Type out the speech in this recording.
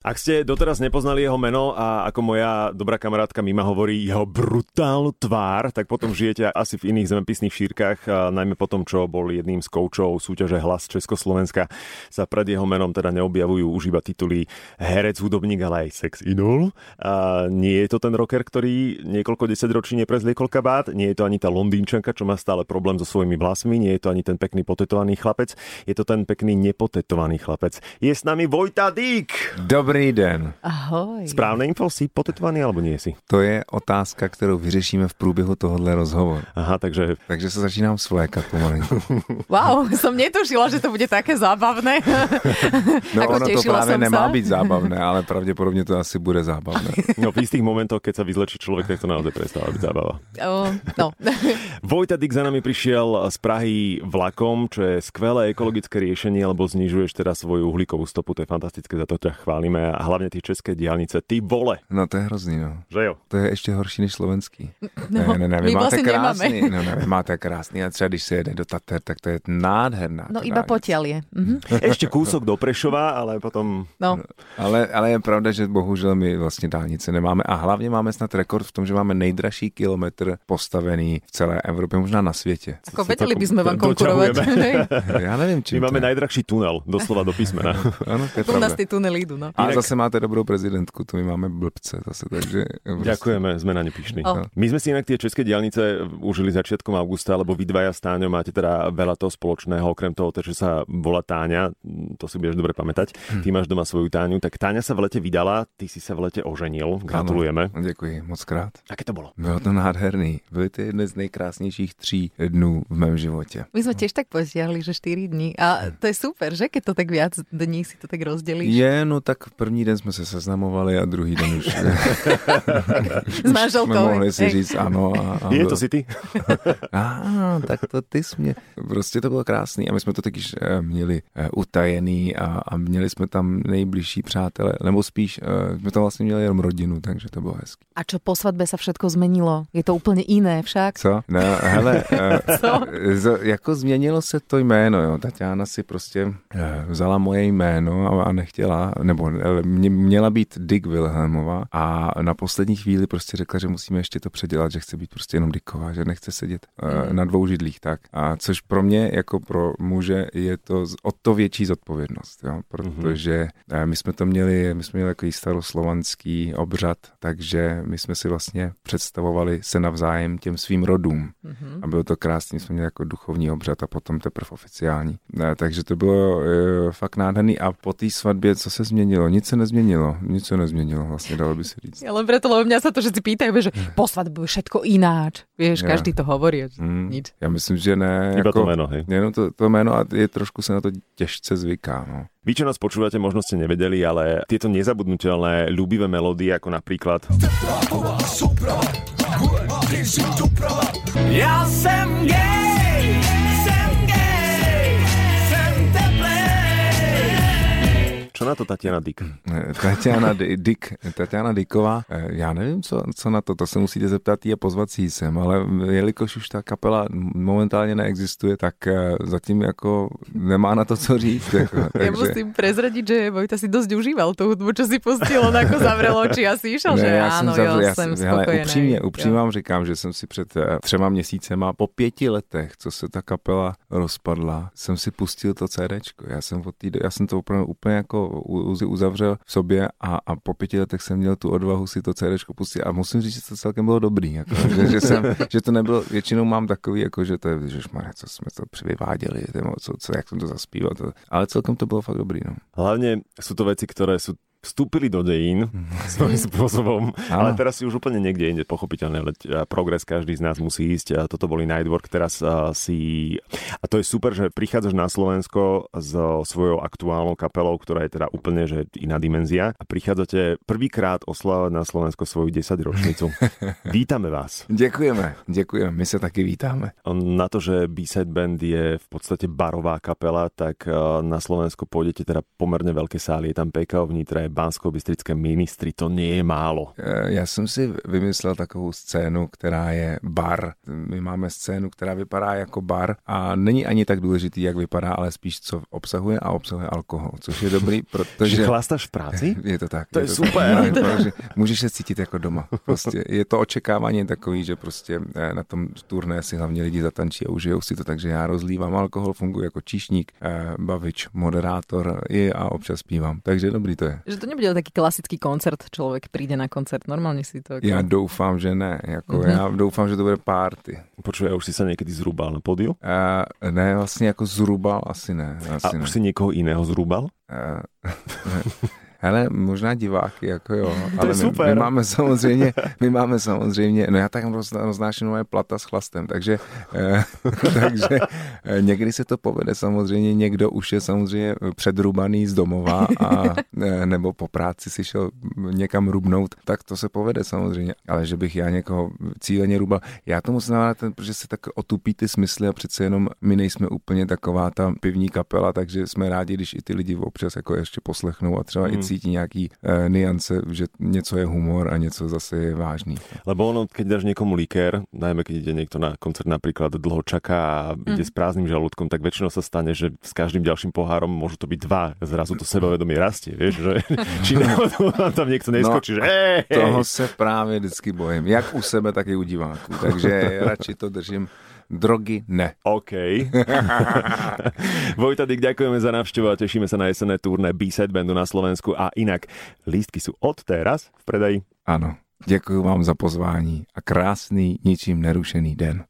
Ak ste doteraz nepoznali jeho meno a ako moja dobrá kamarátka Mima hovorí jeho brutál tvár, tak potom žijete asi v iných zemepisných šírkach, a najmä po tom, čo bol jedným z koučov súťaže Hlas Československa. Sa pred jeho menom teda neobjavujú už iba tituly herec, hudobník, ale aj sex idol. A nie je to ten rocker, ktorý niekoľko desaťročí neprezliekol kabát, nie je to ani tá londýnčanka, čo má stále problém so svojimi vlasmi, nie je to ani ten pekný potetovaný chlapec, je to ten pekný nepotetovaný chlapec. Je s nami Vojta Dík! Dobrý den. Ahoj. Správne info, si potetovaný alebo nie si? To je otázka, kterou vyřešíme v průběhu tohohle rozhovoru. Aha, takže Takže se začínám svlékat No, pomalinku. Wow, som netušila, že to bude také zábavné. No Ako ono to tešila právě som nemá sa. být zábavné, ale pravděpodobně to asi bude zábavné. no, v istých momentoch, keď sa vyzlečí človek, tak to naozaj prestáva byť zábava. O, no. Vojta Dyk za nami prišiel z Prahy vlakom, čo je skvelé ekologické riešenie, lebo znižuješ teda svoju uhlíkovú stopu, to je fantastické, za to ťa chválime a hlavne tie české diálnice, ty vole, No to je hrozný, no. že jo? To je ještě horší než slovenský. No, my vlastně nemáme. krásný, no, ne, vy máte krásný. A třeba když se jede do Tater, tak to je nádherná. no ta iba dálnice. potiaľ je. Mhm. Ešte kúsok do Prešova, ale potom... No. Ale, ale je pravda, že bohužel my vlastně dálnice nemáme a hlavně máme snad rekord v tom, že máme nejdražší kilometr postavený v celé Evropě, možná na světě. Ako sa vedeli celkom by sme vám konkurovať. doťahujeme. Hej. Já nevím, čím My máme to je. najdrahší tunel, doslova do písmena. Ano, to je U nás pravda. tie tunely idú, no. A Jinak- zase máte dobrou prezidentku, tu my máme blbce zase, takže... prostě- Ďakujeme, sme na ne pyšní. O. My sme si inak tie české diálnice užili začiatkom augusta, lebo vy dvaja s Táňou máte teda veľa toho spoločného, okrem toho, že sa volá Táňa, to si budeš dobre pamätať, ty máš doma svoju Táňu, tak Táňa sa v lete vydala, ty si sa v lete oženil, gratulujeme. Ano, No, děkuji, moc krát. Aké to bolo? Bylo to nádherný. Byly to jedny z nejkrásnějších tří dnů v mém životě. My sme tiež tak potiahli, že 4 dní. A to je super, že? Keď to tak viac dní si to tak rozdelíš. Je, no tak první den jsme se seznamovali a druhý den už S jsme manželkou. mohli si hej. říct ano. A, a Je bylo- to si ty? A, tak to ty jsi mě. Prostě to bylo krásný a my jsme to takyž eh, měli eh, utajený a, a měli jsme tam nejbližší přátele, nebo spíš eh, jsme tam vlastně měli jenom rodinu, takže to bylo hezký. A čo po svadbe sa všetko zmenilo? Je to úplne iné však. Co? No, hele, eh, Co? z, jako změnilo se to jméno, jo. Tatiana si prostě eh, vzala moje jméno a, a nechtěla, nebo eh, mě, měla být Dick Wilhelmová a na poslední chvíli prostě řekla, že musíme ještě to předělat, že chce být prostě jenom Dicková, že nechce sedět Mhm. eh, na dvou židlích tak. A což pro mě, jako pro muže, je to z- o to větší zodpovědnost, Mhm. jo, protože eh, my jsme to měli, my jsme měli takový staroslovanský obřad, takže my jsme si vlastně představovali se navzájem těm svým rodům. Mhm. A bylo to krásný, jsme měli jako duchovní obřad a potom teprve oficiální. Ne, takže to bylo e, fakt nádherný a po té svatbě, co se změnilo? Nic se nezměnilo, nic se nezměnilo vlastně, dalo by se říct. Ja len preto, lebo mňa sa to všetci pýtajú, že po svadbe je všetko ináč. Vieš, Ja. každý to hovorí. a že Hmm, Nič. Já myslím, že ne. jako- Iba to jméno, hej. Jenom to, to jméno a je trošku se na to těžce zvyká. No. Vy, čo nás počúvate, možno ste nevedeli, ale tieto nezabudnutelné, ľúbivé melódie, ako napríklad... Já jsem gay, jsem gay, jsem teplej. Čo na to Tatiana Dyk? Eh, Tatiana, Di- Dick, Tatiana Diková, eh, já nevím, co, co na to, to se musíte zeptat jí a pozvat si ji sem, ale jelikož už ta kapela momentálně neexistuje, tak eh, zatím jako nemá na to co říct. Jako, Ja musím prezradiť, že Vojta si dosť užíval tú hudbu, čo si pustil, on ako zavrel oči a si išiel, že áno, ja, hele, som spokojený. upřímně, Jo. upřímně vám říkám, že jsem si před eh, třema měsícema, po pěti letech, co se ta kapela rozpadla, jsem si pustil to CDčko. Já jsem, od tý, já jsem to opravdu úplně jako u- u- uzavřel v sobě a, a po pěti letech jsem měl tu odvahu si to CDčko pustit a musím říct, že to celkem bylo dobrý. Jako, že, že, jsem, že, to nebylo, většinou mám takový, jako, že to je, že co jsme to vyváděli, co, co, jak jsem to zaspíval, to, ale celkem to bylo fakt dobrý. No. Hlavne sú to veci, ktoré sú vstúpili do dejín svojím spôsobom, ale Áno. teraz si už úplne niekde inde, pochopiteľne, leď progres každý z nás musí ísť. A Toto boli Nightwork, teraz a, si... A to je super, že prichádzaš na Slovensko s svojou aktuálnou kapelou, ktorá je teda úplne že iná dimenzia a prichádzate prvýkrát oslavovať na Slovensko svoju 10 ročnicu. Vítame vás. Děkujeme, děkujeme, my se taky vítáme. Na to, že B-Side Band je v podstate barová kapela, tak eh, na Slovensko pôjdete teda pomerne veľké sály. Je tam PKO v Nitre, bansko ministry, to nie je málo. Eh, Já jsem si vymyslel takovou scénu, která je bar. My máme scénu, která vypadá jako bar a není ani tak důležitý, jak vypadá, ale spíš co obsahuje a obsahuje alkohol, což je dobrý, Že protože... chlastáš v práci? Je to tak. To je tak. super. Máme to, že můžeš se cítit jako doma. Prostě je to očekávání takový, že prostě eh, na tom turné si hlavně lidi zatančí a užijou si to, takže já rozlívám alkohol, funguji jako číšník, eh, bavič, moderátor i a občas zpívám. Takže dobrý to je. Že to nebude taký klasický koncert, človek príde na koncert, normálne si to... Jako- Já doufám, že ne. Jako, Mhm. Já doufám, že to bude party. Počuj, a už si sa niekedy zrúbal na pódiu? Uh, ne, vlastně jako zhruba asi ne. A Asi ne. už si niekoho iného zrúbal? Eh, Hele, možná diváky, jako jo. ale my- super. My, máme samozřejmě, my máme samozřejmě, no já tak roz, roznáším moje plata s chlastem, takže, eh, takže eh, někdy se to povede samozřejmě, někdo už je samozřejmě předrubaný z domova a, eh, nebo po práci si šel někam rubnout, tak to se povede samozřejmě, ale že bych já někoho cíleně rubal, já to moc nenávidím, protože se tak otupí ty smysly a přece jenom my nejsme úplně taková ta pivní kapela, takže jsme rádi, když i ty lidi občas jako ještě poslechnou a třeba mm. i cítí nějaký eh, niance, že něco je humor a něco zase je vážný. Lebo ono, keď dáš niekomu likér, najmä keď ide niekto na koncert napríklad dlho čaká a ide s prázdnym žalúdkom, tak väčšinou sa stane, že s každým ďalším pohárom môžu to byť dva. Zrazu to sebavedomie rastie, vieš, že či náhodou vám tam niekto neskočí, no, že hej, Toho se právě vždycky bojím, jak u sebe, tak i u diváků, takže radši to držím. Drogy ne. OK. Vojtadik, ďakujeme za návštevu a tešíme sa na jesenné turné B-Side Bandu na Slovensku a inak lístky sú od teraz v predaji. Ano, děkuji vám za pozvání a krásný, ničím nerušený den.